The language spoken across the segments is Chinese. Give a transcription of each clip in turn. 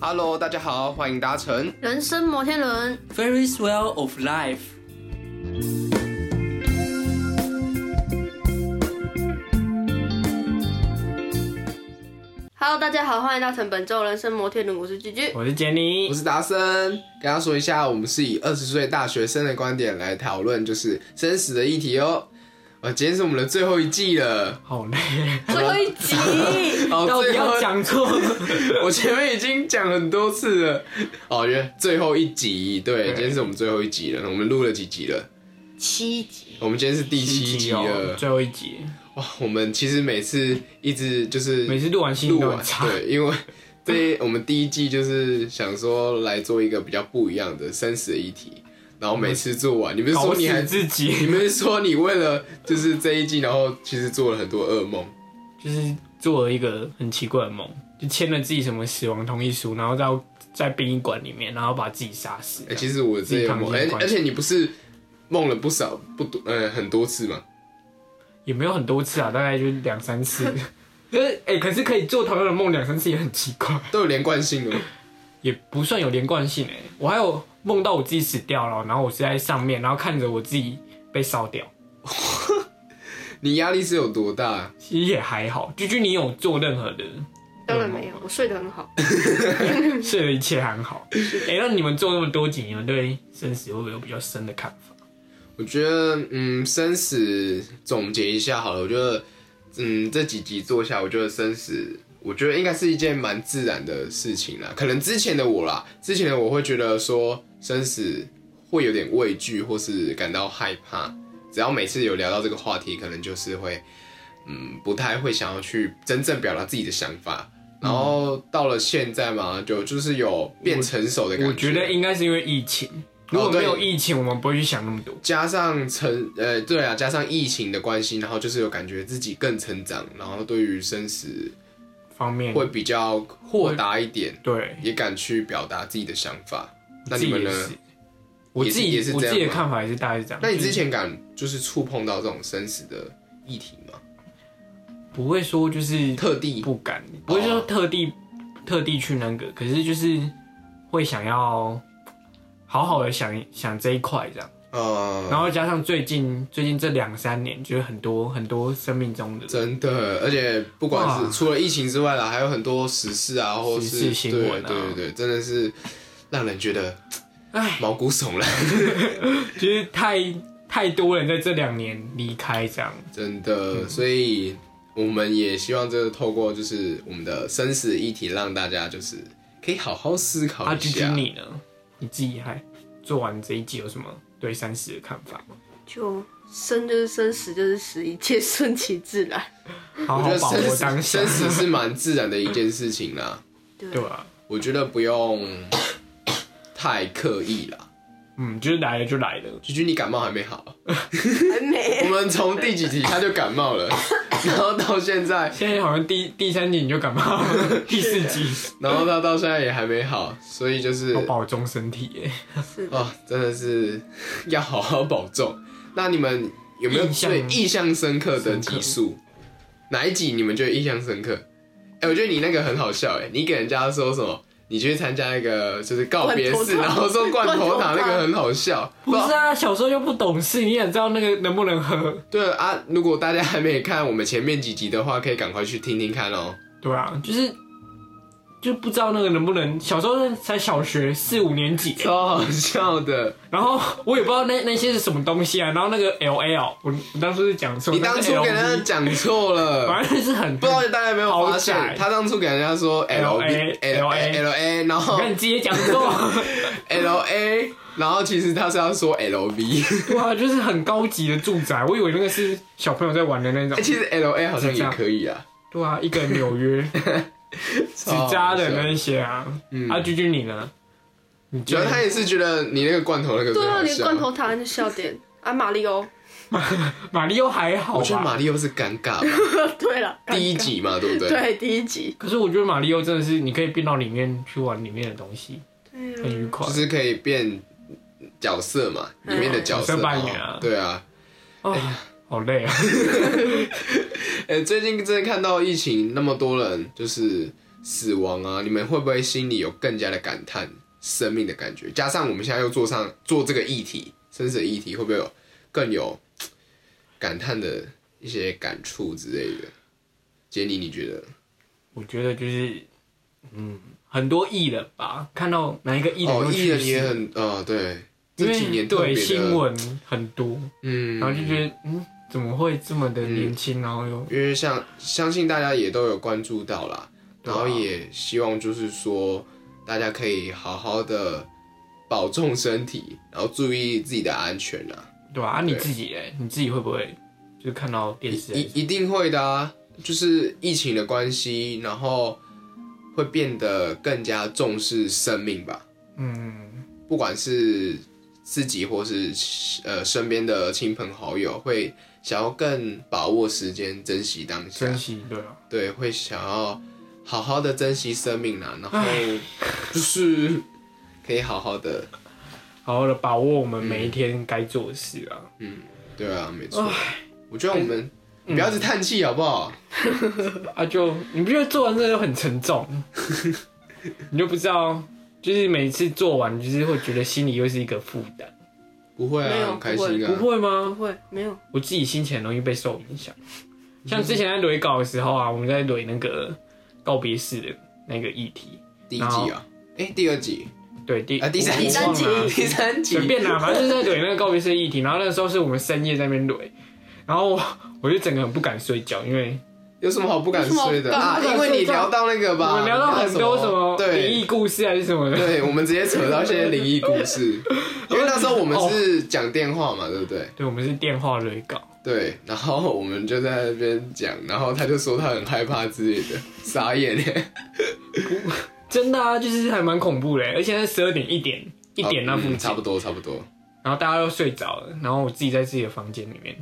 Hello，大家好，欢迎搭乘人生摩天轮， Very swell of life。 Hello，大家好，欢迎搭乘本周人生摩天轮，我是居居。我是杰尼我，是达森，跟大家说一下，我们是以二十岁大学生的观点来讨论就是生死的议题哦。呃，今天是我们的最后一季 了，好累，最后一集， 哦，到底最后要讲错，我前面已经讲很多次了。哦，原来最后一集，对，今天是我们最后一集了，我们录了几集了？七集，我们今天是第七一集集哦了，。最后一集，哇， 我们其实每次一直就是每次录完心录都完很差，对，因为 对我们第一季就是想说来做一个比较不一样的生死的议题，然后每次做完，你们搞说死你还自你己，们说你为了就是这一季，然后其实做了很多噩 梦，就是做了一个很奇怪的梦，就签了自己什么死亡同意书，然后到在殡仪馆里面，然后把自己杀死哎、。其实我这也梦，自哎、己扛而且你不是梦了不少不多，呃，很多次嘛，也没有很多次啊，大概就两三次。就是哎、 可是可以做同样的梦两三次也很奇怪，都有连贯性的。也不算有连贯性哎、我还有梦到我自己死掉了，然后我是在上面，然后看着我自己被烧掉，你压力是有多大？其实也还好。居居，你有做任何的当然没有，我睡得很 好。睡的一切还好。哎、那你们做那么多集，你们对生死会不会有比较深的看法？我觉得，嗯，生死总结一下好了。我觉得，嗯，这几集做下来，我觉得生死，我觉得应该是一件蛮自然的事情啦。可能之前的我啦，之前的我会觉得说生死会有点畏惧，或是感到害怕。只要每次有聊到这个话题，可能就是会，嗯，不太会想要去真正表达自己的想法。然后到了现在嘛，就就是有变成熟的感哦我觉得应该是因为疫情，如果对没有疫情，我们不会去想那么多。加上成呃，对啊，加上疫情的关系，然后就是有感觉自己更成长，然后对于生死方面会比较豁达一点，对，也敢去表达自己的想法。那自你己们也呢是？，我也是自己也是我这自样己的吗看法也是大概是这样。那你就是之前敢就是触碰到这种生死的议题吗？不会说就是特地哦不敢，不会说特地、特地去那个，可是就是会想要好好的想想这一块这样，然呃，后加上最近最近这两三年，就是很多很多生命中的真的，而且不管是哇除了疫情之外啦，还有很多时事啊，或时是事新闻啊对对对，真的是让人觉得唉毛骨悚然，就是太太多人在这两年离开这样，真嗯的，所以我们也希望这个透过就是我们的生死议题，让大家就是可以好好思考阿一居居下。啊你呢？你自己还做完这一季有什么对三十的看法吗？就生就是生，死就是死，一切顺其自然。好我好觉得把握生当死下生，死是蛮自然的一件事情啦，对，对啊吧？我觉得不用太刻意啦。嗯，就是来了就来了，菊菊，你感冒还没好？ 还我没。们从第几集他就感冒了，然后到现在，现在好像第第三集你就感冒 了，第四集然后他到现在也还没好，所以就是要保重身体耶。是的，哦，真的是 要好好保重。那你们有没有印象最印象深刻的集数？哪一集你们觉得印象深刻？哎、我觉得你那个很好笑哎、你给人家说什么？你去参加那个就是告别罐式，头塔然后说罐头塔罐头塔那个很好笑。不是啊，小时候又不懂事，你也知道那个能不能喝？对啊，如果大家还没看我们前面几集的话，可以赶快去听听看哦。对啊，就是就不知道那个能不能。小时候才小学四五年级耶，超好笑的！然后我也不知道那那些是什么东西啊。然后那个 L L，我我当初是讲错，你当初给人家人，讲错了，反正是很不知道大家有没有发好现，窄他当初给人家说 L B LA L A L A，然后你看你直接讲 错， L A，然后其实他是要说 L V，哇，啊就是很高级的住宅，我以为那个是小朋友在玩的那种哎、。其实 L A 好像也可以啊，对啊，一个 纽约纸扎的那一些啊，嗯啊，居居你呢？你主觉要得他也是觉得你那个罐头那个最对啊，好连笑。罐头塔那笑 点啊，马里欧。马里奥还好吧？我觉得马里奥是尴尬吧，对了，第一集嘛，对不对？对第一集，可是我觉得马里奥真的是，你可以变到里面去玩里面的东西，对很愉啊，快就。是可以变角色嘛，里面的角色角色扮演啊哦对啊，哦，好累啊！ 哎、最近真的看到疫情那么多人就是死亡啊，你们会不会心里有更加的感叹生命的感觉？加上我们现在又做上做这个议题，生死的议题，会不会有更有嘖感叹的一些感触之类的？杰尼，你觉得？我觉得就是，嗯，很多艺人吧，看到哪一个艺人哦，都艺去人也世，很呃，对，因这几为年特别对的新，闻很多，嗯，然后就觉得，嗯，怎么会这么的年轻，然后又因为像相信大家也都有关注到啦，对然啊后也希望就是说大家可以好好的保重身体，然后注意自己的安全啦。对吧？啊，你对自己哎，你自己会不会就是看到电视？一一定会的啊，就是疫情的关系，然后会变得更加重视生命吧，嗯，不管是自己或是呃身边的亲朋好友，会想要更把握时间，珍惜当下，珍惜对啊，对，会想要好好的珍惜生命啦，然后就是可以好好的，好好的把握我们每一天该做的事啊。对啊，没错。我觉得我们不要一直叹气好不好？啊就，你不觉得做完这个就很沉 重？你就不知道，就是每次做完，就是会觉得心里又是一个负担，不会没啊，有很开不会心不啊。会不吗？会，没有，我自己心情很容易被受影响。像之前在垒稿的时候啊，我们在垒那个告别式的那个议题，第一季啊，哎，第二集对第啊，第三我集忘了，第三集随，便啦，反正就是在怼那个告别式的议题。然后那时候是我们深夜在那边怼，然后我我就整个很不敢睡觉，因为有什么好不敢睡的啊？因为你聊到那个我吧，们聊到很多什么灵异对。故事还是什么的。对，我们直接扯到现在灵异故 事，因为那时候我们是讲电话嘛，对不对？对，我们是电话垒稿。对，然后我们就在那边讲，然后他就说他很害怕之类的，傻眼哎。真的啊，就是还蛮恐怖的，欸而且是十二点一点一点那附近，嗯差不多差不多。然后大家都睡着了，然后我自己在自己的房间里面，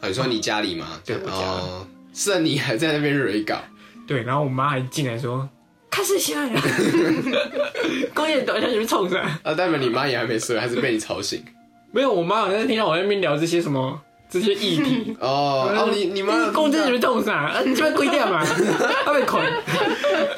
啊你说你家里吗？对我家哦，剩你还在那边蕊稿，对，然后我妈还进来说：“开始下来了， 光眼短下去冲上来。啊，代表你妈也还没睡，还是被你吵醒？”没有，我妈好像是听到我在那边聊这些什么这些议 题，哦，嗯哦，你你妈公正局冲上， 啊，你这边规定嘛，他 被捆。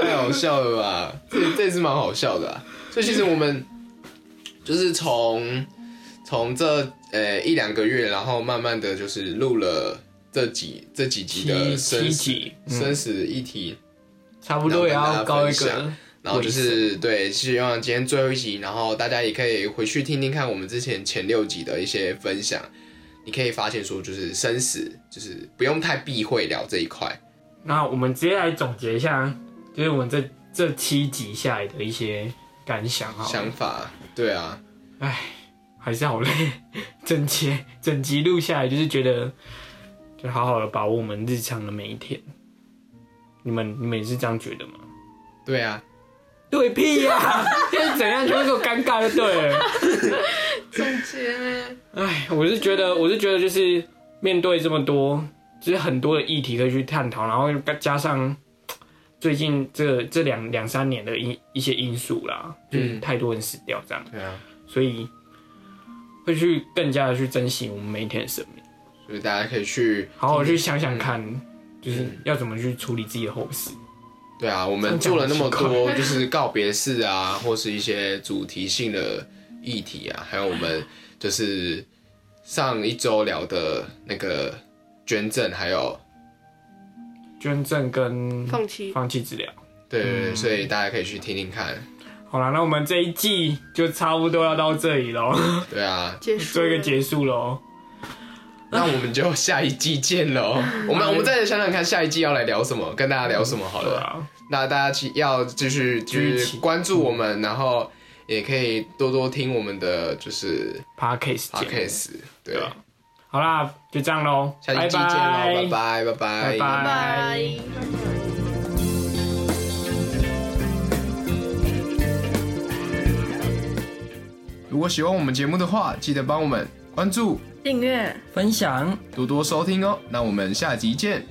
太好笑了吧？这这也是蛮好笑的、啊。所以其实我们就是从从这呃一两个月，然后慢慢的就是录了这几这几集的七生七死集，嗯，生死议题，差不多也要高然后跟一大家分个，然后就是对，希望今天最后一集，然后大家也可以回去听听看我们之前前六集的一些分享。你可以发现说，就是生死，就是不用太避讳聊这一块。那我们直接来总结一下，就是我们这这七集下来的一些感想哈。想法，对啊，唉，还是好累。 整集整集录下来，就是觉得，就好好的把握我们日常的每一天。你们你们也是这样觉得吗？对啊，对屁呀、现在怎 样就会说尴尬就对了。总结呢？唉，我是觉得，我是觉得，就是面对这么多，就是很多的议题可以去探讨，然后又加上最近这这两两三年的一一些因素啦，就是嗯太多人死掉这样，对啊，所以会去更加的去珍惜我们每一天的生命，所以大家可以去好好去想想看，就是嗯要怎么去处理自己的后事。对啊，我们做了那么多，就是告别式啊，或是一些主题性的议题啊，还有我们就是上一周聊的那个捐赠，还有捐赠跟放弃，放弃治疗。对对对，所以大家可以去听听看。好啦，那我们这一季就差不多要到这里 喽，对啊，结束做了，一个结束喽。那我们就下一季见喽。 我们我们再想想看，下一季要来聊什么，跟大家聊什么好对了。啊，那大家继要继续就继续是期关注我们，然后也可以多多听我们的就是 p o d c a s t 节目 podcast。对对啊好啦，就这样喽，下一季见喽，拜拜，拜拜，拜拜拜。如果喜欢我们节目的话，记得帮我们关注，订阅。分享。多多收听哦。那我们下集见，